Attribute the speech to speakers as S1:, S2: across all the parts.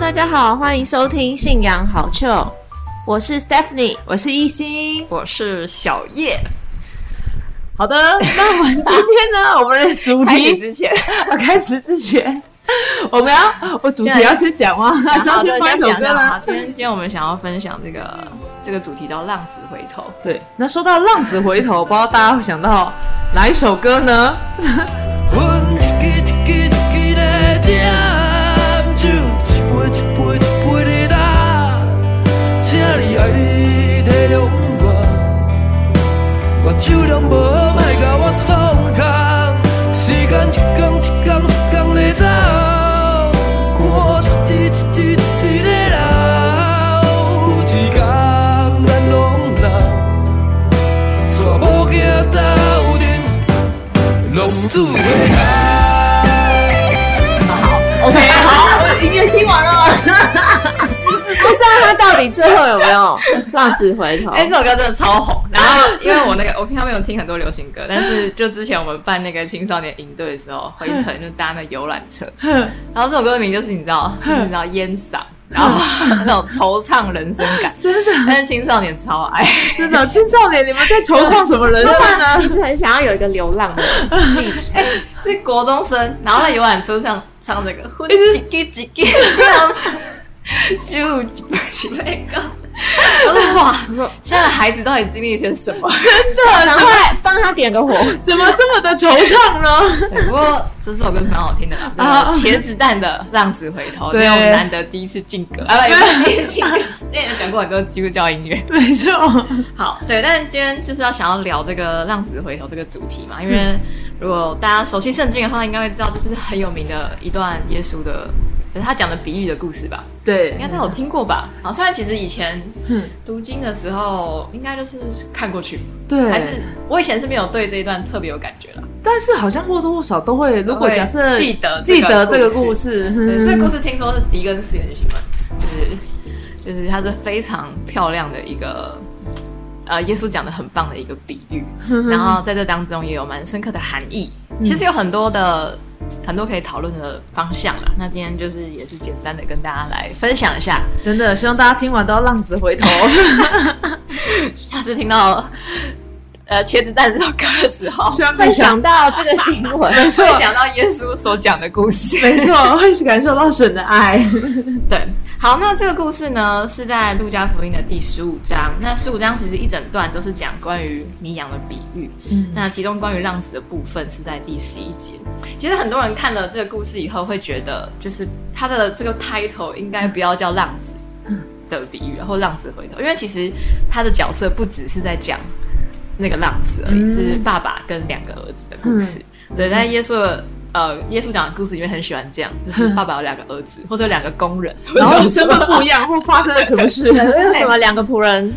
S1: 大家好，欢迎收听《信仰好趣》，我是 Stephanie。
S2: 我是一心。
S3: 我是小叶。
S2: 好的，那我们今天呢，我们的主
S3: 开始
S2: 题
S3: 之前，
S2: 要开始之前， 我们要我主题要先讲吗？还啊 是要先
S3: 好的，
S2: 放一
S3: 先
S2: 首
S3: 讲
S2: 歌
S3: 讲
S2: 吗
S3: 好？今天今天我们想要分享这个这个主题叫“浪子回头
S2: 对，那说到浪子回头， 不知道大家会想到哪一首歌呢？
S4: 阮一支一支一支的点酒，一杯一杯一杯的干，请你爱体谅我，我酒量无，莫甲我创空。时间一天一天一天在走，汗一滴一滴一滴在流，有一天咱拢老，煞无行斗阵。龙子回头。”。
S1: OK，好，音乐听完了。 不知道他到底最后有没 有浪子回头？
S3: 哎、这首歌真的超红。然后，因为我那个我平常没有听很多流行歌，但是就之前我 们办那个青少年营队的时候，回程就搭那游览车， 然后这首歌的名就是你知道， 就是你知道烟嗓，然后那种惆怅人生感，
S2: 真的，
S3: 但是青少年超爱。
S2: 真的，青少年，你们在惆怅什么人生
S1: 他
S2: 呢？
S1: 其实很想要有一个流浪的历程。
S3: 哎是国中生，然后在游览车上唱这个“混几个几个”， 咻几几那个，我说 哇，
S1: 我说
S3: 现在的孩子到底经历些什么？
S2: 啊
S1: 赶快帮 他点个火。
S2: 怎么这么的惆怅呢？
S3: 对不过这首歌是蛮好听的啦，
S2: 啊
S3: 这个茄子蛋的《浪子回头》，
S2: 对
S3: 这是我们难得第一次进 歌，啊不，也不是第一次进歌，之前有讲过很多基督教音 乐。
S2: 没错，
S3: 好，对，但今天就是要想要聊这个“浪子回头”这个主题嘛，因
S2: 嗯
S3: 为如果大家熟悉圣经的话，应该会知道这是很有名的一段耶稣的，就是他讲的比喻的故事吧，
S2: 对
S3: 应该大家有听过吧？好，虽然其实以前
S2: 嗯
S3: 读经的时候，应该就是看过去，
S2: 对，
S3: 还是我以前是没有对这一段特别有感觉啦。
S2: 但是好像或多或少都会，如果假设
S3: 记得
S2: 记得这
S3: 这
S2: 个
S3: 个
S2: 故
S3: 故
S2: 事，
S3: 对，
S2: 嗯
S3: 这个故事听说是狄更斯很喜欢，就是就是它是非常漂亮的一个，呃，耶稣讲的很棒的一个比 喻，然后在这当中也有蛮深刻的含义。
S2: 嗯
S3: 其实有很多的很多可以讨论的方向啦。那今天就是也是简单的跟大家来分享一下，
S2: 真的希望大家听完都要浪子回头。
S3: 下次听到呃茄子蛋这首歌的时候，
S2: 希望
S1: 会
S2: 你
S1: 想到这个经文，
S2: 没错
S3: 会，想到耶稣所讲的故事。
S2: 没错，会感受到神的 爱。
S3: 对，好，那这个故事呢是在路加福音的第十五章。那十五章其实一整段都是讲关于迷羊的比喻，
S2: 嗯
S3: 那其中关于浪子的部分是在第十一节。其实很多人看了这个故事以后，会觉得就是他的这个 title 应该不要叫浪子
S2: 嗯
S3: 的比喻，或浪子回头，因为其实他的角色不只是在讲那个浪子而已，
S2: 嗯
S3: 是爸爸跟两个儿子的故事。对，但耶稣的。呃，耶稣讲的故事里面很喜欢这样，就是爸爸有两个儿子，或者有两个工人，
S2: 然后身份不一样，或发生了什么 事？
S1: 没有什么两个仆人，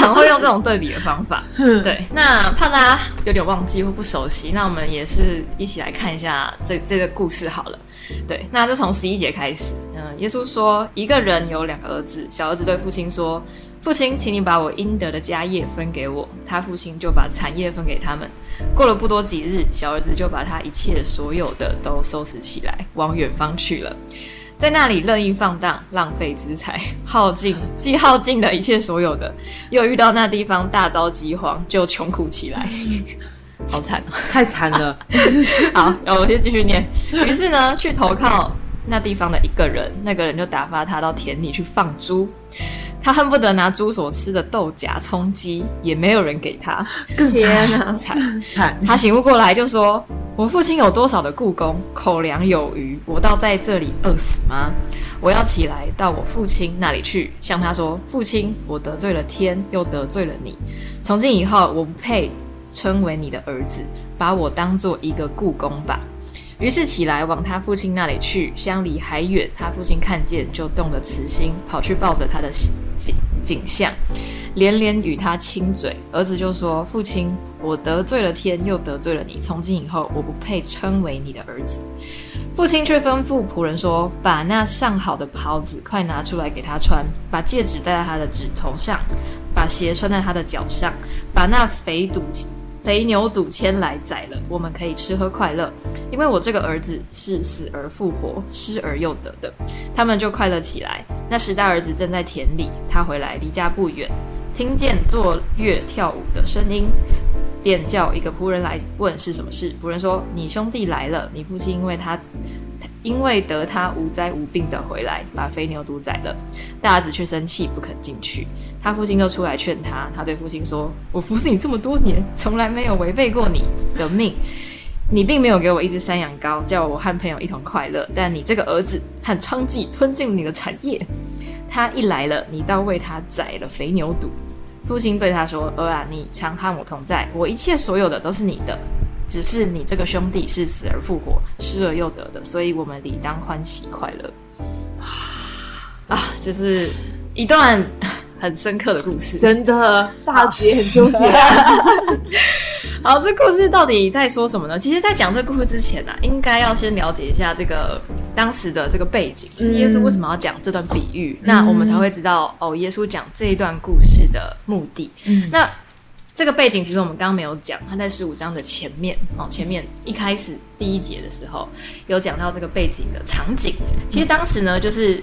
S3: 很会用这种对比的方法。对，那怕大家有点忘记或不熟悉，那我们也是一起来看一下这这个故事好了。对，那就从十一节开始。嗯，耶稣说，一个人有两个儿子，小儿子对父亲说：“父亲，请你把我应得的家业分给我。”他父亲就把产业分给他们。过了不多几日，小儿子就把他一切所有的都收拾起来，往远方去了。在那里任意放荡，浪费资财， 耗尽既耗尽了一切所有的，又遇到那地方大遭饥荒，就穷苦起来， 好惨哦、
S2: 太惨了，
S3: 好，然后我先继续念。于是呢，去投靠那地方的一个人，那个人就打发他到田里去放猪。他恨不得拿猪所吃的豆荚充饥，也没有人给他，
S2: 更
S1: 天哪！
S3: 惨。
S2: 惨。
S3: 他醒悟过来就说：“我父亲有多少的雇工，口粮有余，我倒在这里饿死吗？我要起来到我父亲那里去，向他说：父亲，我得罪了天，又得罪了你。从今以后，我不配称为你的儿子，把我当做一个雇工吧。”于是起来往他父亲那里去，相离还远，他父亲看见就动了慈心，跑去抱着他的景景象，连连与他亲嘴。儿子就说：“父亲，我得罪了天，又得罪了你。从今以后，我不配称为你的儿子。”父亲却吩咐仆人说：“把那上好的袍子快拿出来给他穿，把戒指戴在他的指头上，把鞋穿在他的脚上，把那肥肚肥牛肚牵来宰了，我们可以吃喝快乐，因为我这个儿子是死而复活，失而又得的。他们就快乐起来。那十大儿子正在田里，他回来离家不远，听见坐月跳舞的声音，便叫一个仆人来问是什么事。仆人说：“你兄弟来了，你父亲因为他。”因为得他无灾无病的回来，把肥牛犊宰了。大儿子却生气不肯进去，他父亲就出来劝他。他对父亲说：“我服侍你这么多年，从来没有违背过你的命。你并没有给我一只山羊羔，叫我和朋友一同快乐。但你这个儿子和娼妓吞进你的产业， 他一来了，你倒为他宰了肥牛犊。”父亲对他说：“儿啊，你常和我同在，我一切所有的都是你的。”只是你这个兄弟是死而复活、失而又得的，所以我们理当欢喜快乐。 啊，这是一段很深刻的故事。
S2: 真的，
S1: 大直也很纠结。
S3: 好，这故事到底在说什么呢？其实，在讲这故事之前呢、啊，应该要先了解一下这个当时的这个背景，就是耶稣为什么要讲这段比喻，那我们才会知道哦，耶稣讲这一段故事的目的。那这个背景其实我们刚刚没有讲，它在十五章的前面哦，前面一开始第一节的时候有讲到这个背景的场景。其实当时呢，就是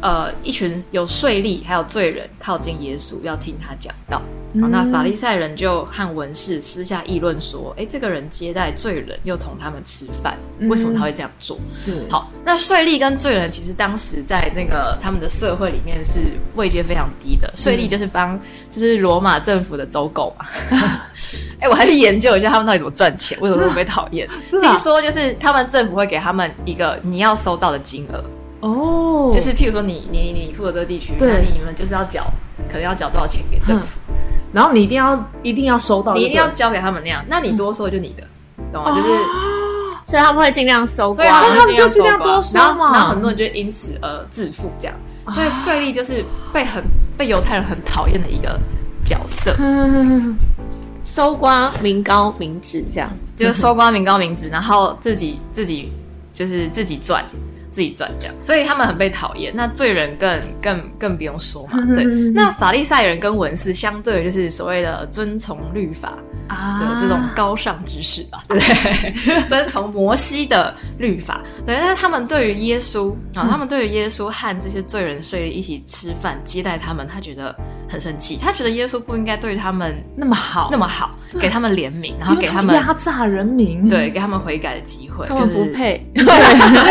S3: 呃一群有税吏还有罪人靠近耶稣，要听他讲道。好，那法利赛人就和文士私下议论说：“诶，这个人接待罪人，又同他们吃饭，为什么他会这样做？”
S2: 嗯对
S3: 好，那税吏跟罪人其实当时在那个他们的社会里面是位阶非常低的，税
S2: 嗯
S3: 吏就是帮就是罗马政府的走狗嘛。 哎、我还去研究一下他们到底怎么赚钱，为什么会被讨厌？
S2: 真的啊
S3: 听说就是他们政府会给他们一个你要收到的金额，
S2: 哦，
S3: 就是譬如说你你你负责这个地区，
S2: 对
S3: 那你们就是要缴，可能要缴多少钱给政府。
S2: 然后你一定要一定要收到，
S3: 你一定要交给他们那样，哦那你多收就你的，懂吗？就是，
S1: 所以他们会尽量搜
S3: 所以他
S1: 刮。
S3: 们
S2: 他们就
S3: 尽
S2: 尽量
S3: 量
S2: 多收
S3: 收刮然后
S2: 嘛
S3: 然后很多人就因此而致富，这样，所以税吏就是被很被犹太人很讨厌的一个角色，
S2: 嗯
S1: 搜刮民高民脂这样。
S3: 就是收刮民膏民脂，然后自己自己就是自己赚。自己赚这样，所以他们很被讨厌。那罪人更更更不用说嘛，对。那法利赛人跟文士相对，就是所谓的遵从律法，
S2: 啊
S3: 的这种高尚知识吧，对不对？ 遵从摩西的律法，对。但是他们对于耶稣啊，他们对于耶稣和这些罪人税吏一起吃饭接待他们，他觉得很生气，他觉得耶稣不应该对他们
S2: 那么好，
S3: 那么好，给他们怜悯，然后
S2: 因为
S3: 给
S2: 他
S3: 他们
S2: 压榨人民，
S3: 对给他们悔改的机会，
S1: 他们不
S3: 就是
S1: 配，
S3: 对，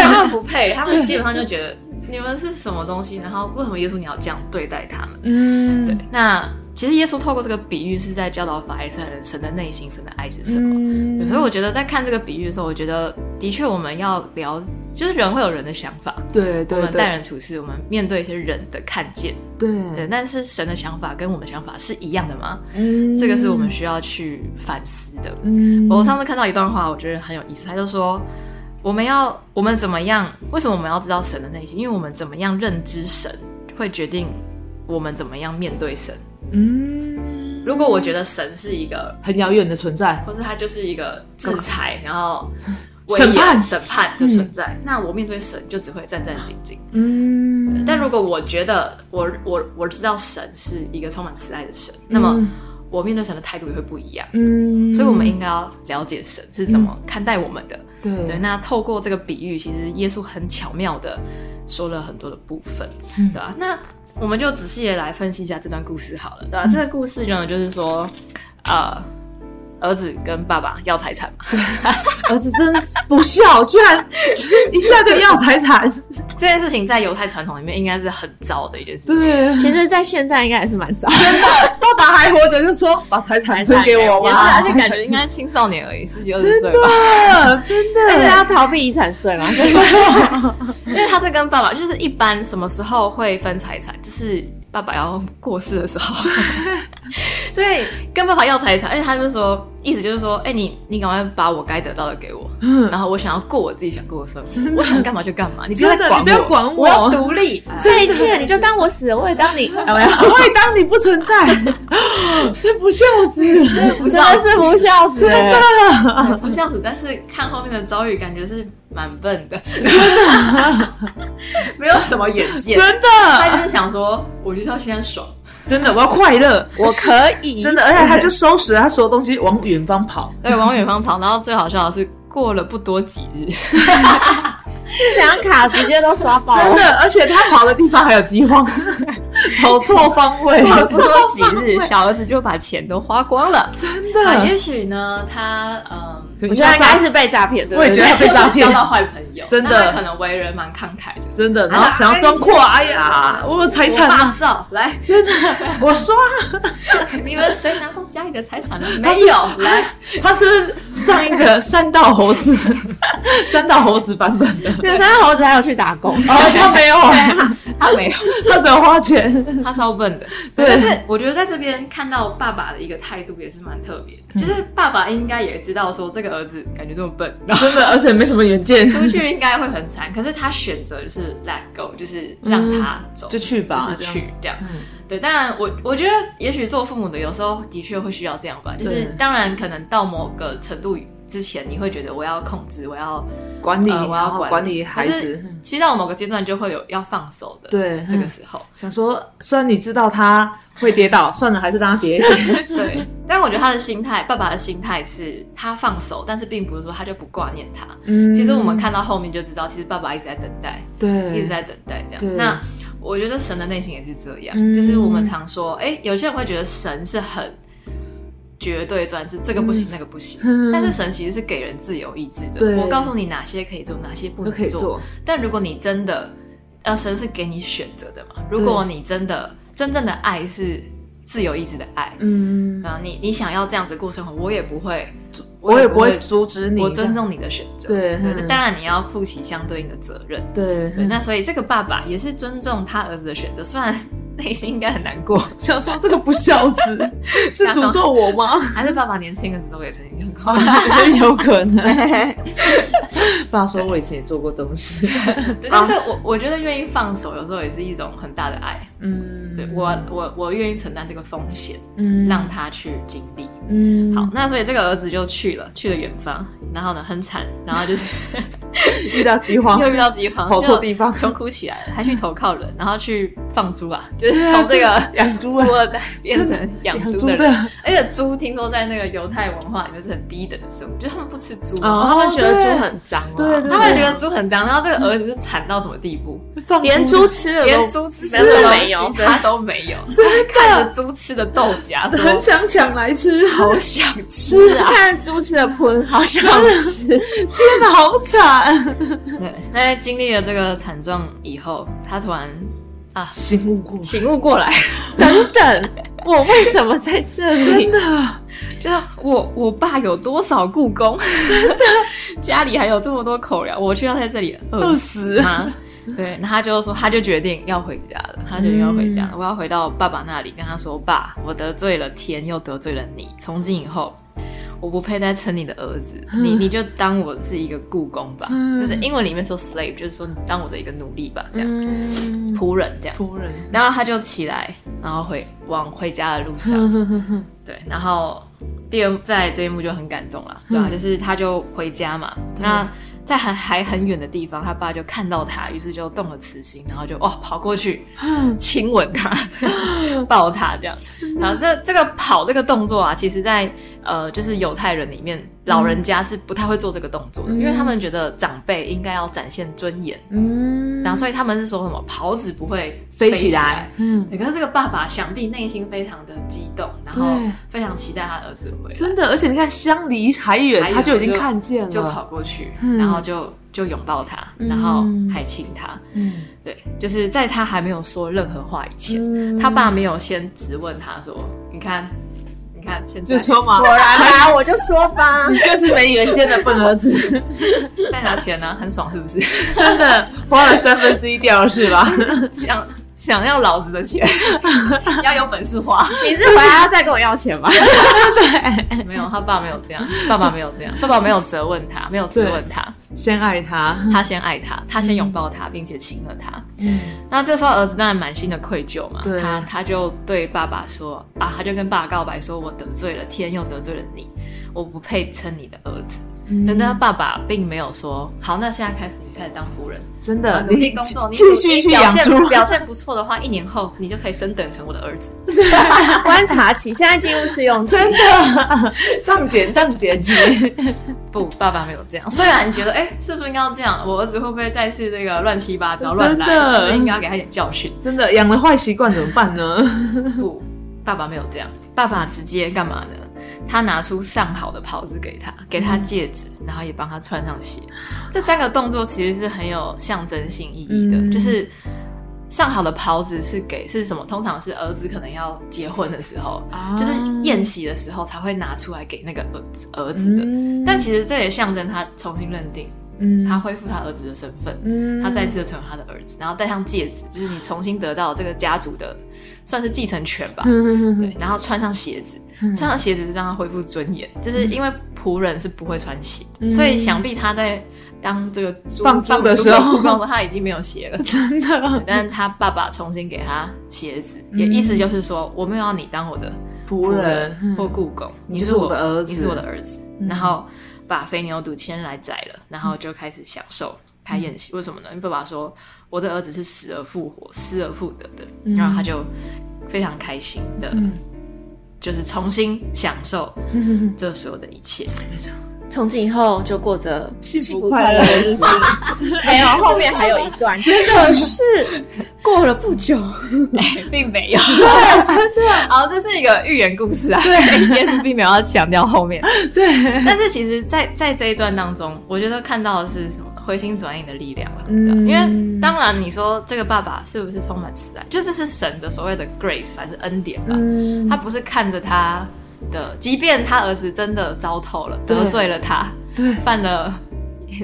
S3: 他们不配，他们基本上就觉得你们是什么东西，然后为什么耶稣你要这样对待他们？
S2: 嗯，
S3: 对，那其实耶稣透过这个比喻是在教导法利赛人神的内心，神的爱是什么。对
S2: 嗯，
S3: 所以我觉得在看这个比喻的时候，我觉得的确我们要聊，就是人会有人的想法，
S2: 嗯对
S3: 我
S2: 对嗯
S3: 们待
S2: 对
S3: 人处事，我们面对一些人的看见，对，
S2: 对，
S3: 但是神的想法跟我们想法是一样的吗？
S2: 嗯
S3: 这个是我们需要去反思的。
S2: 嗯
S3: 我上次看到一段话，我觉得很有意思，他就说。我们要，我们怎么样？为什么我们要知道神的内心？因为我们怎么样认知神，会决定我们怎么样面对神。
S2: 嗯
S3: 如果我觉得神是一个
S2: 很遥远的存在，
S3: 或是它就是一个制裁，然后威
S2: 审判
S3: 严审判的存在。那我面对神就只会战战兢兢。
S2: 嗯，
S3: 但如果我觉得我我我知道神是一个充满慈爱的神，那么我面对神的态度也会不一样。
S2: 嗯，
S3: 所以，我们应该要了解神是怎么看待我们的。对，
S2: 对
S3: 那透过这个比喻，其实耶稣很巧妙的说了很多的部分，
S2: 嗯
S3: 对吧、那我们就仔细的来分析一下这段故事好了，对
S2: 嗯
S3: 吧、这个故事呢，就是说，呃，儿子跟爸爸要财产嘛，
S2: 儿子真不孝，居然一下就要财产，
S3: 这件事情在犹太传统里面应该是很糟的一件事情。
S2: 对，
S1: 其实，在现在应该也是蛮早。
S2: 爸爸还活着就说把财产分给我
S3: 也是，
S2: 吧
S3: 而，且感觉应该青少年而已，十几二十
S2: 真
S3: 岁吧。
S2: 的真
S1: 但是
S2: 的，
S1: 要逃避遗产税嘛？
S3: 因为他是跟爸爸，就是一般什么时候会分财产，就是爸爸要过世的时候， 所以跟爸爸要财产，而且他就说，意思就是说，哎、你你赶快把我该得到的给我，
S2: 嗯
S3: 然后我想要过我自己想过的生活，我想干嘛就干嘛，你不要
S2: 真
S3: 再
S2: 的，你
S3: 管
S2: 不要
S3: 我，
S2: 管
S1: 我要
S2: 我，
S1: 独 立，这一切你就当我死了，我也当你，呃有没有？
S2: 哎我会当你不存在，真不孝子，
S1: 真的是不孝子，真的。
S3: 对不孝子，但是看后面的遭遇，感觉是蛮笨 的，没有什么远见，
S2: 真
S3: 他
S2: 的，
S3: 就是想说，我就是要现在爽，
S2: 真的，我要快乐，
S1: 我可以，
S2: 真的，而且他就收拾了他所有东西往远方跑，
S3: 对，往远方跑。然后最好笑的是，过了不多几日，
S1: 这两卡直接都刷爆
S2: 真
S1: 了。
S2: 的，而且他跑的地方还有饥 荒，跑错方位，
S3: 过了不多几日，小儿子就把钱都花 光了。
S2: 真
S3: 啊，
S2: 的，
S3: 也许呢，他嗯，
S2: 可
S1: 我
S2: 能
S1: 觉得他应该是被诈骗，对不对
S2: 我也觉得他被诈骗
S3: 交，到坏朋友，
S2: 真的
S3: 那他可能为人蛮慷慨的。
S2: 真的，然后想要装阔，哎呀，我有财产
S3: 霸
S2: 啊，
S3: 照， 来，
S2: 真的，我说
S3: 你们谁拿过家里的财产了？没有，来，
S2: 他是不是上一个三道猴子， 三道猴子版本的，
S1: 对，三猴子还有去打工，
S2: 哦，他没有，
S3: 他没有，
S2: 他只有花钱，
S3: 他超笨的。
S2: 对
S3: 但是我觉得在这边看到爸爸的一个态度也是蛮特别
S2: 嗯
S3: 的，就是爸爸应该也知道说这个儿子感觉这么笨，然后
S2: 真的，而且没什么远见，
S3: 出去应该会很惨，可是他选择就是 let go，就是让他走，
S2: 嗯就去吧，
S3: 就是去这样。
S2: 嗯
S3: 对，当然我我觉得也许做父母的有时候的确会需要这样吧，就是
S2: 对
S3: 当然可能到某个程度之前，你会觉得我要控制，我要
S2: 管理，
S3: 呃我
S2: 然
S3: 要
S2: 后
S3: 管
S2: 管理孩
S3: 可是
S2: 子，嗯
S3: 其实到了某个阶段就会有要放手的，
S2: 对
S3: 这个时候，
S2: 想说，虽然你知道他会跌倒，算了，还是让他跌一跌。
S3: 对。但我觉得他的心态，爸爸的心态是他放手，但是并不是说他就不挂念他。
S2: 嗯
S3: 其实我们看到后面就知道，其实爸爸一直在等待，
S2: 对
S3: 一直在等待这
S2: 对
S3: 样。那我觉得神的内心也是这样，
S2: 嗯
S3: 就是我们常说，哎、有些人会觉得神是很绝对专制，这个不行，那个 不行。
S2: 嗯
S3: 但是神其实是给人自由意志
S2: 对
S3: 的，我告诉你哪些可以做，哪些不
S2: 都
S3: 能
S2: 可以做，
S3: 但如果你真的，呃，神是给你选择的嘛。如果你真的真正的爱是自由意志的爱，
S2: 嗯，
S3: 然后你你想要这样子过生活，我也不会，
S2: 我也不会阻止你，
S3: 我尊重你的选择。
S2: 对嗯
S3: 但当然你要负起相对应的责任。
S2: 这样。
S3: 对，
S2: 对，
S3: 那所以这个爸爸也是尊重他儿子的选择，虽然内心应该很难过，
S2: 想说这个不孝 子是诅咒我吗？
S3: 还是爸爸年轻的时候也曾经很过。 对
S2: 有可能。爸说，我以前也做过这种事。
S3: 但是我我觉得愿意放手，有时候也是一种很大的爱。
S2: 嗯，
S3: 对我我我愿意承担这个风险，
S2: 嗯
S3: 让他去经历。
S2: 嗯
S3: 好，那所以这个儿子就去了，去了远方，然后呢很惨，然后就是
S2: 遇到饥荒，
S3: 又遇到饥荒，
S2: 跑错地方
S3: 就穷哭起来了，还去投靠人，然后去放猪啊，就是从这个
S2: 养猪
S3: 富
S2: 啊，
S3: 二代变成养猪的
S2: 的
S3: 人。而且猪听说在那个犹太文化里面是很低等的生物，就是他们不吃猪，
S1: 哦
S2: 哦
S1: 他们觉得猪很脏啊，
S2: 对对
S3: 他们觉得猪很脏，然后这个儿子是惨到什么地步，
S2: 放
S1: 嗯连猪吃的
S3: 连
S1: 都
S3: 猪吃
S1: 没有
S3: 的
S1: 没有
S3: 东西他都没有，就是看着猪吃的豆荚说
S2: 很想抢来 吃，
S3: 好想吃啊，
S1: 看猪吃的喷，好想吃。
S2: 真的好惨，
S3: 对，那在经历了这个惨状以后，他突然
S2: 醒悟过，
S3: 醒悟过来，
S1: 等等，我为什么在这里？
S3: 就是我我爸有多少故宫， 真的，家里还有这么多口粮，我却要在这里饿
S2: 饿
S3: 死
S2: 死。
S3: 吗？对，那他就说，他就决定要回家了，他决定要回
S2: 嗯
S3: 家了，我要回到爸爸那里，跟他说，爸，我得罪了天，又得罪了你，从今以后。我不配再称你的儿子， 你你就当我是一个故宫吧，就是英文里面说 slave，就是说你当我的一个奴隶吧，这样
S2: 嗯嗯，
S3: 仆人这样。
S2: 仆人，
S3: 然后他就起来，然后回往回家的路 上，对，然后第二在这一幕就很感动了，
S2: 嗯
S3: 对吧、啊就是他就回家嘛，那在很还很远的地方，他爸就看到他，于是就动了慈心，然后就哦跑过去
S2: 嗯
S3: 亲 吻他，抱他这样。然后这这个跑这个动作啊，其实在呃就是犹太人里面，老人家是不太会做这个动作的，因为他们觉得长辈应该要展现尊严，
S2: 嗯，
S3: 然后所以他们是说什么袍子不会
S2: 飞
S3: 起
S2: 起来，嗯，
S3: 对，可是这个爸爸想必内心非常的激动，然后
S2: 对
S3: 非常期待他儿子回来，
S2: 真的，而且你看，相离还远
S3: 还，有
S2: 他就已经看见了，
S3: 就跑过去，
S2: 嗯
S3: 然后就就拥抱他，
S2: 嗯
S3: 然后还亲他。
S2: 嗯，
S3: 对，就是在他还没有说任何话以前，
S2: 嗯
S3: 他爸没有先质问他说：“你看，你看，现在
S2: 就说嘛，
S1: 果然啦，我就说 吧，
S2: 就是没原见的笨儿子，
S3: 现在拿钱呢、啊很爽是不 是？
S2: 真的花了三分之一掉了是吧？
S3: 想想要老子的钱， 要有本事花。”
S1: 你是回来要再跟我要钱吗？
S3: 没有，他爸没有这样，爸爸没有这样，爸爸没有责问他，没有质问他，
S2: 先爱他，
S3: 他先爱他，他先拥抱他，并且亲了他。
S2: 嗯，
S3: 那这时候儿子当然满心的愧疚嘛
S2: 对，
S3: 他他就对爸爸说啊，他就跟爸爸告白说，我得罪了天，又得罪了你，我不配称你的儿子。
S2: 嗯
S3: 但他爸爸并没有说，好，那现在开始你开始当仆人，
S2: 真的，
S3: 啊努
S2: 呃
S3: 力
S2: 你
S3: 工作，你
S2: 继续去
S3: 表
S2: 养
S3: 现
S2: 猪，
S3: 表现不错的话，一年后你就可以升等成我的儿子。
S1: 观察期，现在进入试用期，
S2: 真的，当姐当姐姐，
S3: 不，爸爸没有这样。虽然你觉得，哎、是不是应该要这样？我儿子会不会再次这个乱七八糟、乱来？
S2: 真的
S3: 是不是应该要给他一点教训？
S2: 真的养了坏习惯怎么办呢？
S3: 不，爸爸没有这样。爸爸直接干嘛呢？他拿出上好的袍子给他，给
S2: 嗯
S3: 他戒指，然后也帮他穿上鞋。这三个动作其实是很有象征性意义的，
S2: 嗯
S3: 就是上好的袍子是给是什么？通常是儿子可能要结婚的时候，啊
S2: 哦
S3: 就是宴席的时候才会拿出来给那个儿子儿子的。
S2: 嗯
S3: 但其实这也象征他重新认定，
S2: 嗯
S3: 他恢复他儿子的身份，
S2: 嗯
S3: 他再次的成为他的儿子，然后戴上戒指，就是你重新得到这个家族的算是继承权吧。
S2: 嗯
S3: 对，然后穿上鞋子，穿上鞋子是让他恢复尊严，就是因为仆人是不会穿鞋，
S2: 嗯
S3: 所以想必他在当这个猪
S2: 放猪的时候
S3: 放猪的故宫他已经没有鞋了， 真的。但是他爸爸重新给他鞋子，
S2: 嗯
S3: 也意思就是说，我没有要你当我的
S2: 仆人嗯
S3: 或故宫，
S2: 你
S3: 是
S2: 就是我的儿子嗯
S3: 你是我的儿子。然后把肥牛肚牵来宰了，然后就开始享
S2: 嗯
S3: 受开宴席。为什么呢？因为爸爸说我的儿子是死而复活、失而复得的，
S2: 嗯
S3: 然后他就非常开心的，就是重新享受这所有的一切。没错，
S1: 从今以后就过着
S2: 幸福快乐的日子，
S1: 没有，后面还有一段，真的是过了不 久，
S3: 并没有，对，真的。好，这是一个寓言故事啊，对，也是并没有要强调后面。对， 但是其实在，在这一段当中，我觉得看到的是什么？回心转意的力量了，
S2: 嗯
S3: 因为当然你说这个爸爸是不是充满慈爱，就这是神的所谓的 grace 还是恩典吧？
S2: 嗯
S3: 他不是看着他的，即便他儿子真的糟透了，
S2: 对
S3: 得罪了他，
S2: 对
S3: 犯了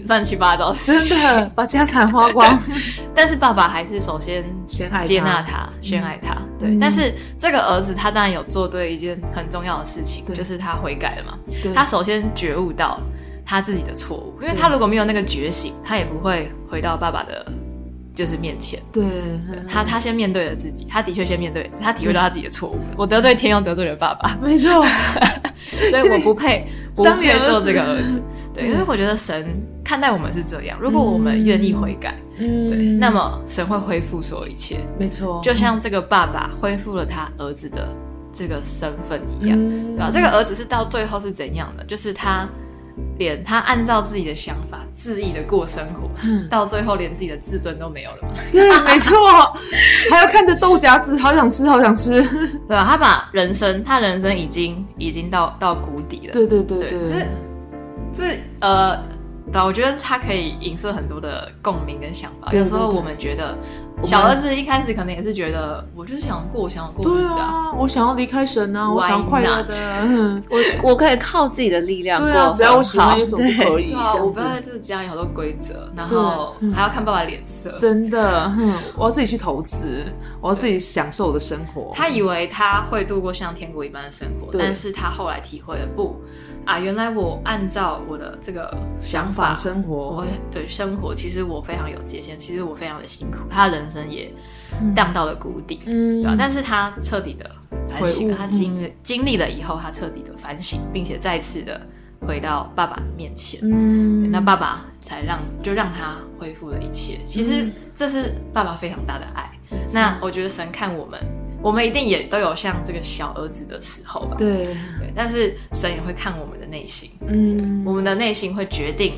S3: 乱七八糟的事情
S2: 真，的把家产花光，
S3: 但是爸爸还是首先
S2: 先爱他
S3: 接纳他，先爱他。对，
S2: 嗯
S3: 但是这个儿子他当然有做对一件很重要的事情，
S2: 对
S3: 就是他悔改了嘛。
S2: 对
S3: 他首先觉悟到他自己的错误，因为他如果没有那个觉醒，他也不会回到爸爸的。就是面前，
S2: 对嗯
S3: 他他先面对了自己，他的确先面对了自己，他体会到他自己的错误。
S2: 嗯
S3: 我得罪天，又得罪了爸 爸，
S2: 没错，
S3: 所以我不 配，不
S2: 当你
S3: 配
S2: 儿
S3: 做
S2: 子嗯
S3: 这个儿子。对，因为我觉得神看待我们是这样，如果我们愿意悔改，
S2: 嗯
S3: 对，那么神会恢复所有一切。
S2: 没错，
S3: 就像这个爸爸恢复了他儿子的这个身份一样，
S2: 嗯
S3: 对吧？这个儿子是到最后是怎样的？就是他连他按照自己的想法恣意的过生活，到最后连自己的自尊都没有了嘛，啊
S2: 对，没错，还要看着豆荚子，好想吃，好想吃，
S3: 对吧？他把人生，他人生已经已经到到谷底了。
S2: 对对对
S3: 对这这呃，对啊，我觉得它可以影射很多的共鸣跟想法。
S2: 对
S3: 有时候
S2: 对对
S3: 我们觉得小儿子一开始可能也是觉得，我就是想过想要过日
S2: 对
S3: 子啊，
S2: 啊，我想要离开神啊，我
S3: Why
S2: 想要快乐的，嗯
S1: 我我可以靠自己的力量
S2: 对啊，只要我喜欢有什么
S1: 对
S2: 可以，
S3: 对啊，
S2: 这样
S3: 我不
S2: 子嗯
S3: 要在这个家有很多规则，然后还要看爸爸脸色。
S2: 真的，哼，我要自己去投资，我要自己享受我的生活。
S3: 他以为他会度过像天国一般的生活，
S2: 对
S3: 但是他后来体会了不啊，原来我按照我的这个想法
S2: 法生
S3: 我
S2: 活，
S3: 对生活，其实我非常有界限，其实我非常的辛苦，他的人生也荡到了谷底，
S2: 嗯
S3: 对啊吧、但是他彻底的反省
S2: 悔
S3: 了，
S2: 悟嗯
S3: 他经历经历了以后，他彻底的反省，并且再次的回到爸爸的面前。对
S2: 嗯
S3: 那爸爸才让就让他恢复了一切。其实
S2: 嗯
S3: 这是爸爸非常大的爱。那我觉得神看我们，我们一定也都有像这个小儿子的时候吧。
S2: 对，
S3: 对但是神也会看我们的内心，
S2: 嗯，
S3: 我们的内心会决定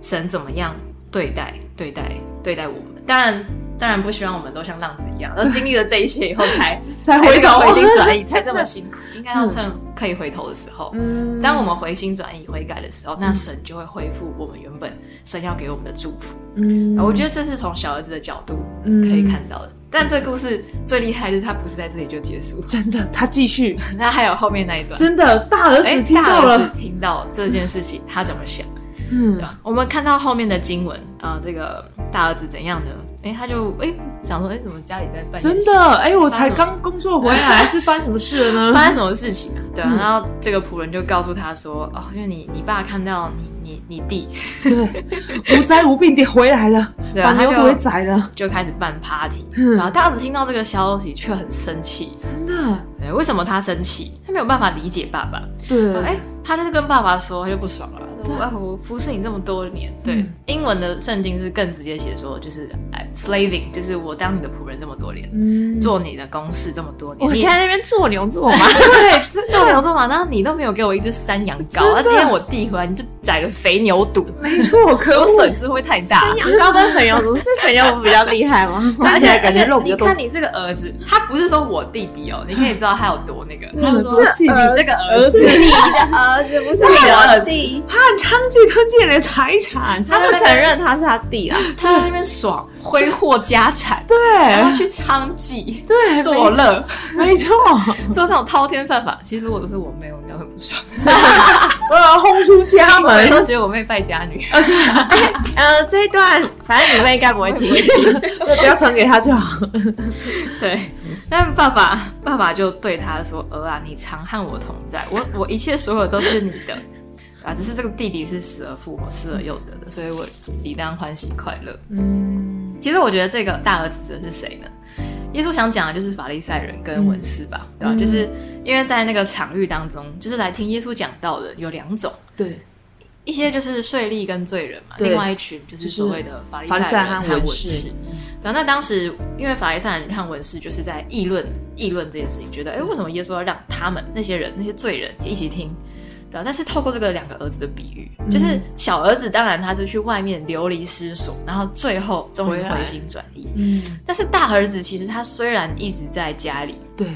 S3: 神怎么样对待对待对待我们。当然。当然不希望我们都像浪子一样，都经历了这一切以后才
S2: 才回头
S3: 回心 转意，才这么辛苦。应该要趁可以回头的时候，
S2: 嗯
S3: 当我们回心转意、悔改的时候，那神就会恢复我们原本神要给我们的祝福。
S2: 嗯
S3: 啊我觉得这是从小儿子的角度
S2: 嗯
S3: 可以看到的。但这故事最厉害的是，它不是在这里就结束，
S2: 真的，他继续，
S3: 那还有后面那一段。哎
S2: 真的，大儿子听
S3: 大
S2: 到
S3: 儿
S2: 了，
S3: 子听到这件事情，他怎么想？
S2: 嗯
S3: 对，吧？我们看到后面的经文啊、呃这个大儿子怎样呢？哎，他就哎想说，哎，怎么家里在办？
S2: 真的，哎，我才刚工作回来，是发生什么事了呢？
S3: 发生什么事情啊？对啊，
S2: 嗯
S3: 然后这个仆人就告诉他说，哦，因为你你爸看到你你你弟
S2: 无灾无病地回来了，
S3: 对啊
S2: 把牛
S3: 他
S2: 犊
S3: 就
S2: 给宰了，
S3: 就开始办 party，然后大儿子听到这个消息却很生气。哎
S2: 真的，
S3: 对，为什么他生气？他没有办法理解爸爸。
S2: 对，
S3: 哎、他就是跟爸爸说，他就不爽了。他说我啊我服侍你这么多年，对、
S2: 嗯
S3: 英文的圣经是更直接写说，就是哎 slaving，就是我当你的仆人这么多年，
S2: 嗯，
S3: 做你的公事这么多年，
S1: 我
S3: 你
S1: 现在在那边做牛做 马，
S3: 对，这做牛做马，然后你都没有给我一只山羊羔，
S2: 真的
S3: 那今天我递回来，你就宰了肥牛肚，
S2: 没错，可
S3: 我
S2: 恶
S3: 损失会不会太大。
S1: 山羊羔跟肥牛犊是肥牛犊比较厉害 吗？
S3: 对
S1: 而且感觉肉比
S3: 你
S1: 较多
S3: 看。你这个儿子，他不是说我弟弟哦，你可以知道他有多那个。他就说
S2: 这
S3: 你这个儿子，
S1: 你的儿
S2: 呃
S1: 子不是
S3: 你的儿
S1: 弟，
S2: 他很娼妓吞进你的财产，
S1: 他不承认他是他弟啊啦。
S3: 他在那边爽挥霍家产，然后
S2: 对
S3: 去娼妓
S2: 对，
S3: 作乐，
S2: 没错，
S3: 做那种滔天犯法。其实如果是我妹，我应该会不 爽。
S2: 我要轰出家
S3: 我
S2: 门。
S3: 都觉得我妹败家女，
S1: 呃，这一段反正你妹应该不会听。
S2: 对，不要传给他就好。
S3: 对，但爸爸爸爸就对他说：“儿啊，你常和我同在，我我一切所有都是你的，啊，只是这个弟弟是死而复活、失而又得的，所以我理当欢喜快乐。”
S2: 嗯，
S3: 其实我觉得这个大儿子指的是谁呢？耶稣想讲的就是法利赛人跟文士吧，对吧？
S2: 嗯
S3: 就是因为在那个场域当中，就是来听耶稣讲道的有两种，
S2: 对，
S3: 一些就是税吏跟罪人嘛，
S2: 对
S3: 另外一群就是所谓的法利
S2: 凡
S3: 赛
S2: 赛
S3: 人
S2: 和
S3: 和文
S2: 文
S3: 士嗯
S2: 士。，
S3: 然后那当时因为法利赛人和文士就是在议论议论这件事情，觉得哎，为什么耶稣要让他们那些人那些罪人也一起听？对啊，但是透过这个两个儿子的比喻，就是小儿子当然他是去外面流离失所，然后最后终于
S2: 回来
S3: 回心转意。
S2: 嗯，
S3: 但是大儿子其实他虽然一直在家里
S2: 对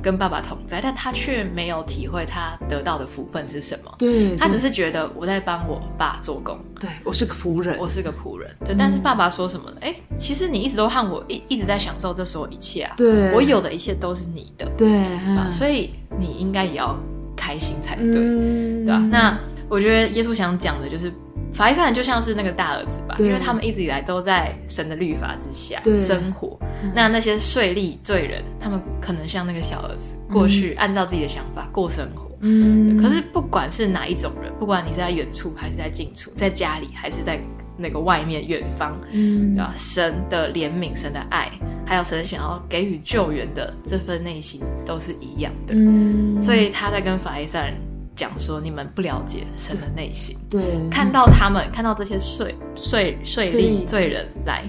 S3: 跟爸爸同在，但他却没有体会他得到的福分是什么。
S2: 对，
S3: 他只
S2: 是
S3: 是觉得我在帮我爸做工，
S2: 对我是个仆人，
S3: 我是个仆人。对，
S2: 嗯
S3: 但是爸爸说什么呢？哎、其实你一直都和我一一直在享受这所有一切啊，
S2: 对
S3: 我有的一切都是你的，
S2: 对，
S3: 啊，所以你应该也要开心才对，
S2: 嗯
S3: 对吧、那我觉得耶稣想讲的就是。法利赛人就像是那个大儿子吧，
S2: 对
S3: 因为他们一直以来都在神的律法之下
S2: 对嗯
S3: 生活。那那些税吏罪人，他们可能像那个小儿子，过去按照自己的想法过生活。
S2: 嗯
S3: 可是不管是哪一种人，不管你是在远处还是在近处，在家里还是在那个外面远方，
S2: 嗯
S3: 对啊吧？神的怜悯、神的爱，还有神想要给予救援的这份内心，都是一样的。
S2: 嗯，
S3: 所以他在跟法利赛人讲说：“你们不了解神的内心，
S2: 对，
S3: 看到他们，看到这些税税税
S2: 嗯税
S3: 吏
S2: 吏
S3: 罪人来，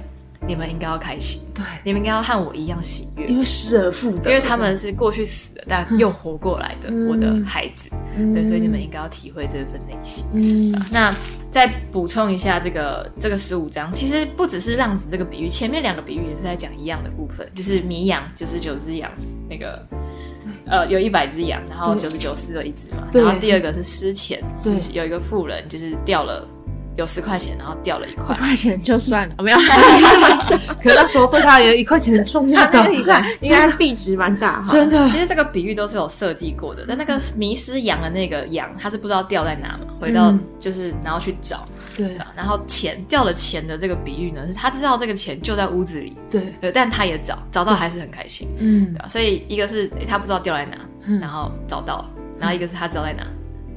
S3: 你们应该要开心，
S2: 对，
S3: 你们应该要和我一样喜悦。”
S2: 因为失而复得，
S3: 因为他们是过去死了，但又活过来的
S2: 嗯
S3: 我的孩子，
S2: 嗯
S3: 对，所以你们应该啊要体会这份内心。
S2: 嗯
S3: 那再补充一下这个这个十五章，其实不只是浪子这个比喻，前面两个比喻也是在讲一样的部分，就是迷羊九十九只羊，那个呃有一百只羊，然后九十九失了一只嘛，
S2: 对
S3: 然后第二个是失钱，
S2: 对
S3: 是有一个富人就是掉了有十块钱，然后掉了一块
S2: 哦
S1: 一，块钱就算了， 没有，
S2: 可那时候对他也一块钱很重要
S1: 他
S2: 的
S1: 这，一块，现在币值蛮大哈。
S2: 真的，
S3: 其实这个比喻都是有设计过的，但那个迷失羊的那个羊，它是不知道掉在哪嘛，回到
S2: 嗯
S3: 就是然后去找，
S2: 对
S3: 然后钱掉了钱的这个比喻呢，是他知道这个钱就在屋子里，
S2: 对，
S3: 对，但他也找，找到还是很开心，
S2: 嗯
S3: 对，啊吧？所以一个是诶他不知道掉在哪，
S2: 嗯
S3: 然后找到，然后一个是他知道在哪，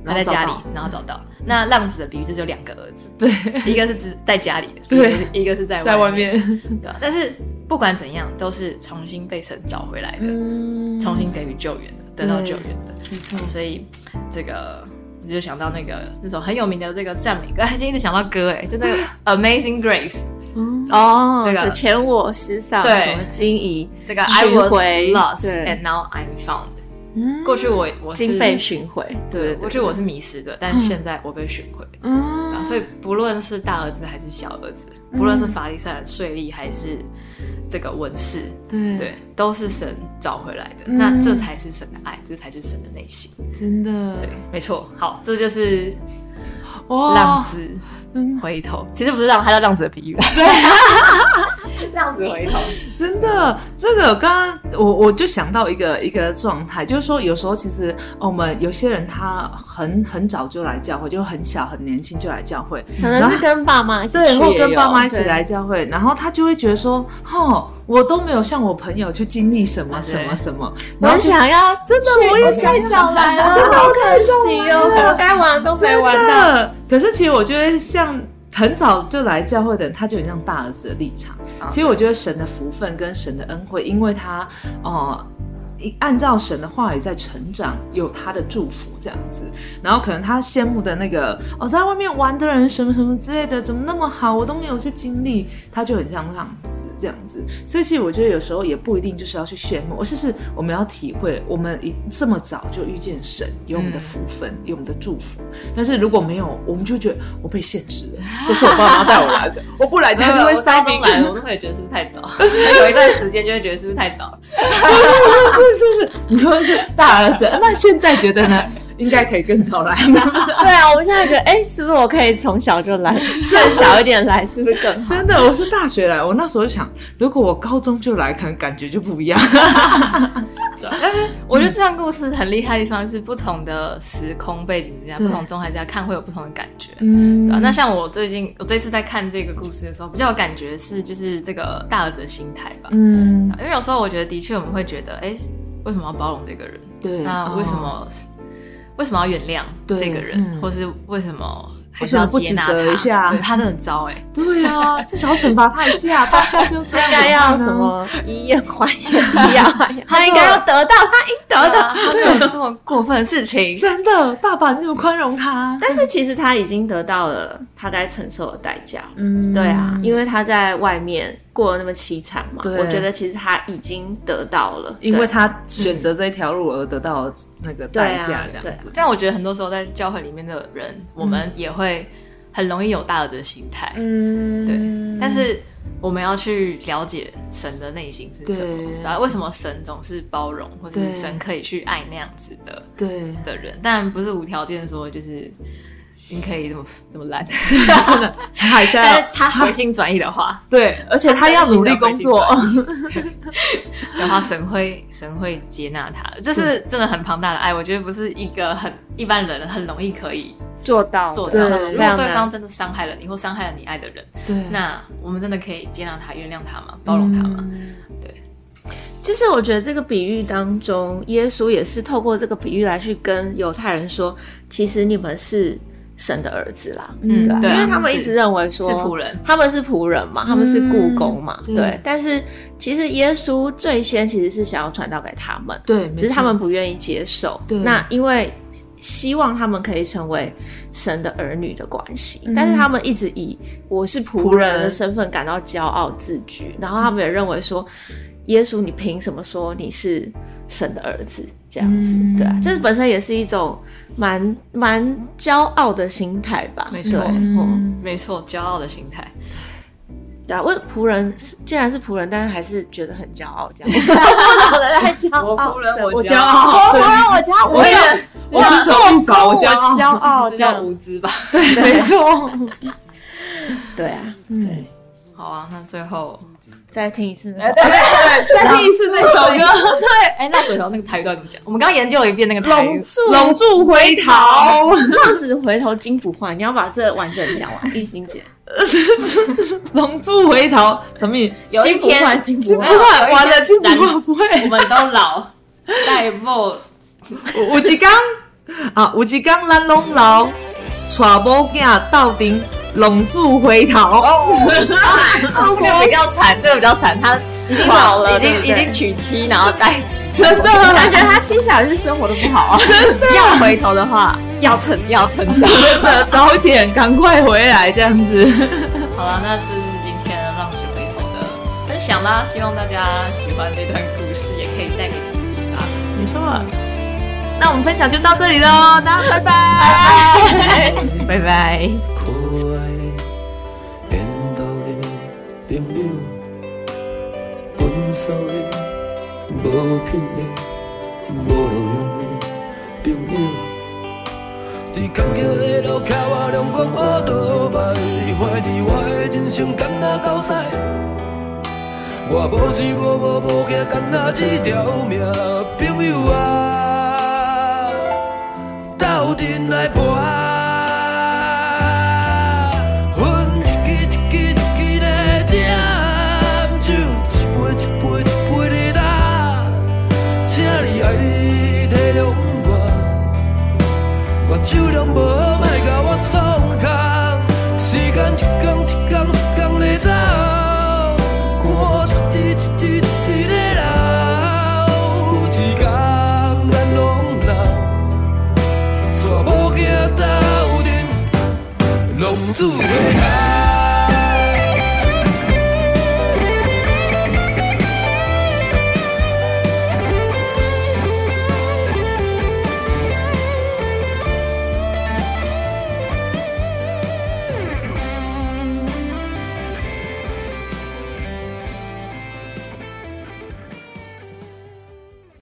S3: 他
S2: 然后
S3: 在家
S2: 找
S3: 里
S2: 到，嗯
S3: 然后找到。那浪子的比喻就是有两个儿子，
S2: 对，
S3: 一个是只在家里的，
S2: 对
S3: 一个是，一个是在
S2: 在外
S3: 面，
S2: 面，
S3: 对吧？但是不管怎样，都是重新被神找回来的，
S2: 嗯
S3: 重新给予救援的，得到救援的。
S2: 没错，
S3: 所以这个我就想到那个那首很有名的这个赞美歌，今天一直想到歌哎，就那个 Amazing Grace，
S2: 嗯，
S1: 哦，
S3: 这个
S1: 是前我失丧，
S3: 对
S1: 什么金怡，
S3: 这个 I was
S1: 巡回
S3: lost
S1: 对
S3: and now I'm found。过
S2: 嗯
S3: 去我我是
S1: 经费巡回，
S3: 对，过去我
S1: 是
S3: 是迷失的，但现在我被寻回。啊，
S2: 嗯，
S3: 所以不论是大儿子还是小儿子，不论是法利赛人、税吏还是这个文士，
S2: 对
S3: 对，，都是神找回来的。那这才是神的爱，这才是神的内心。
S2: 真的
S3: 对，没错。好，这就是
S2: 哇
S3: 浪子
S2: 嗯
S3: 回头，其实不是浪，他叫浪子的比 喻啦。浪子回头，
S2: 真的，这个刚刚我我就想到一个一个状态，就是说有时候其实哦我们有些人他很很早就来教会，就很小很年轻就来教会，
S1: 可能是跟爸妈一起去也
S2: 对，
S1: 有，
S2: 或跟爸妈一起
S1: 对
S2: 来教会，然后他就会觉得说，哦，我都没有像我朋友去经历什么什么什么，
S1: 啊我
S2: 然后
S1: 很
S2: 就
S1: 想要，真的
S2: 我也想
S1: 早来了，真的好可惜哦，怎么该玩的都没
S2: 啊真
S1: 玩到。
S2: 的。可是其实我觉得像。很早就来教会的人，他就很像大儿子的立场。其实我觉得神的福分跟神的恩惠，因为他哦、呃一按照神的话语在成长，有他的祝福这样子。然后可能他羡慕的那个哦，在外面玩的人什么什么之类的，怎么那么好，我都没有去经历，他就很像浪子这样子。所以其实我觉得有时候也不一定就是要去羡慕，而是是我们要体会，我们一这么早就遇见神，有我们的福分，有我们的祝福。但是如果没有，我们就觉得我被限制了，都是我爸妈带我来的， 我不来你
S3: 没
S2: 还
S3: 有，
S2: 是会
S3: 我
S2: 塞
S3: 高
S2: 进
S3: 中
S2: 去
S3: 来了，我都会觉得是不是太 早？有一段时间就会觉得是不是太早了？
S2: 是是是，你说是大儿子， 那现在觉得呢？ 应该可以更早来吗？
S1: 对啊，我们现在觉得，哎、是不是我可以从小就来，再小一点来，是不是更好？
S2: 真的，我是大学来，我那时候就想，如果我高中就来，可能感觉就不一样。
S3: 但是我觉得这段故事很厉害的地方是，不同的时空背景之下，
S2: 对
S3: 不同状态之下看会有不同的感觉。
S2: 嗯
S3: 对啊，那像我最近，我这次在看这个故事的时候，比较有感觉是就是这个大儿子的心态吧。
S2: 嗯，
S3: 因为有时候我觉得，的确我们会觉得，哎、为什么要包容这个人？
S2: 对哦
S3: 那为什么、为什么要原谅
S2: 对
S3: 这个人，
S2: 嗯
S3: 或是为什么还是要接纳
S2: 为什么不指责
S3: 他？
S2: 一下
S3: 对他真的很糟哎、
S2: 对啊，至少惩罚他 一下，大家就这
S1: 应
S2: 样
S1: 该要什
S2: 怎办呢？
S1: 么以眼还眼，以牙还眼，
S3: 他
S1: 他
S3: 做
S1: 应该要得到，他应得
S3: 对
S1: 到。
S3: 啊他做了这么过分的 事情，
S2: 真的，爸爸，你怎么宽容他？
S1: 但是其实他已经得到了他该承受的代价。
S2: 嗯
S1: 对啊，，因为他在外面过得那么凄惨嘛，
S2: 对
S1: 我觉得其实他已经得到了，
S2: 因为
S1: 对
S2: 他选择这一条路而得到那个代价，
S1: 对啊
S2: 这样子。
S3: 但我觉得很多时候在教会里面的人，我们也会很容易有大儿子的心态，
S2: 嗯，
S3: 对。但是我们要去了解神的内心是什
S2: 对
S3: 么，然后为什么神总是包容，或
S2: 对
S3: 是神可以去爱那样子的
S2: 对，
S3: 的人，但不是无条件说就是你可以这么这么 烂，
S2: 海
S3: 但
S2: 下
S3: 是他回心转意的 话，
S2: 对，而且他要努力工作。
S3: 然后神会神会接纳他，这是真的很庞大的爱，我觉得不是一个很一般人很容易可以
S1: 做到
S3: 做到
S1: 的
S3: 的。
S2: 对
S3: 如
S1: 非
S3: 果
S1: 常
S3: 对
S1: 难
S3: 方真的伤害了你，或伤害了你爱的人，
S2: 对，嗯
S3: 那我们真的可以接纳他、原谅他吗？包容他
S2: 啊
S3: 吗？
S1: 就是我觉得这个比喻当中，耶稣也是透过这个比喻来去跟犹太人说，其实你们是神的儿子啦，
S3: 嗯
S1: 对啊
S3: 对
S1: 因
S3: 啊
S1: 为他们一直认为说
S3: 是仆人，嗯
S1: 他们是仆人嘛，他们是雇工嘛，
S2: 对
S1: 对。但是其实耶稣最先其实是想要传道给他们，
S2: 对，没
S1: 只是
S2: 错
S1: 他们不愿意接受。
S2: 对
S1: 那因为希望他们可以成为神的儿女的关系，但是他们一直以我是仆人的身份感到骄傲自居，然后他们也认为说，耶稣，你凭什么说你是神的儿子？这样子，
S2: 嗯
S1: 对啊，这本身也是一种蛮蛮骄傲的心态吧，
S3: 没错
S1: 对嗯
S2: 嗯
S3: 没错，骄傲的心态。
S1: 对啊，为仆人是既然是仆人，但是还是觉得很骄傲，这样。我懂得在骄傲，
S3: 我仆人我骄
S1: 我仆
S3: 傲
S1: 人我骄傲，我也是
S2: 我
S1: 我
S2: 遵守律法，我
S1: 我
S2: 骄傲，
S4: 哦
S1: 骄傲，
S3: 哦这
S1: 这
S3: 叫
S1: 样
S3: 无知吧？
S2: 没错。
S1: 对啊，
S2: 对，
S3: 好啊，那最后，
S1: 再听一次那首，
S2: 再听一次那首歌
S3: 哎，那最后那个台语到底怎么讲？我们刚刚研究了一遍那个台语，
S1: 住
S2: 《 龙柱回逃》。
S1: 浪子回头金不换，你要把这完整讲完，玉心姐。
S2: 龙珠回头，什么意思？
S3: 有一天
S1: 金不换，金不
S2: 不
S1: 换
S2: 会，
S3: 没有有一天
S2: 完了，金不
S3: 男
S2: 会不
S3: 我
S2: 会。
S3: 们都老，代步
S2: 有一天啊，有一天咱拢老，娶某囝斗阵，龙珠回头。
S3: 这个比较惨，这个比较惨，他已经
S1: 老了
S3: 已经
S1: 对
S3: 已
S1: 不对
S3: 经娶妻，然后带子，
S2: 真的，
S3: 我
S1: 感觉他亲小日生活都不好啊，
S3: 要回头的话，
S1: 要成
S3: 要成长。
S2: 早点赶快回来，这样子。
S3: 好了，那这是今天的浪子回头的分享啦，希望大家喜欢这段故事，也可以带给你们启发。
S2: 没错。那我们分享就到这里喽，大家拜拜，拜拜。
S4: 可爱的缘投的朋友，分手的、无品的、无路用的朋友，在坎坷的路口，我亮光学倒摆，怀疑我的人生敢若狗屎。我无钱无无无行，干那一条命，朋友啊，斗阵来搏。阮一支一支一支在点酒，一杯一杯一杯在干，请你爱体谅我，我酒量无好，莫甲我创空。时间一天一天一天在走，汗一滴一滴一滴在流，一天主的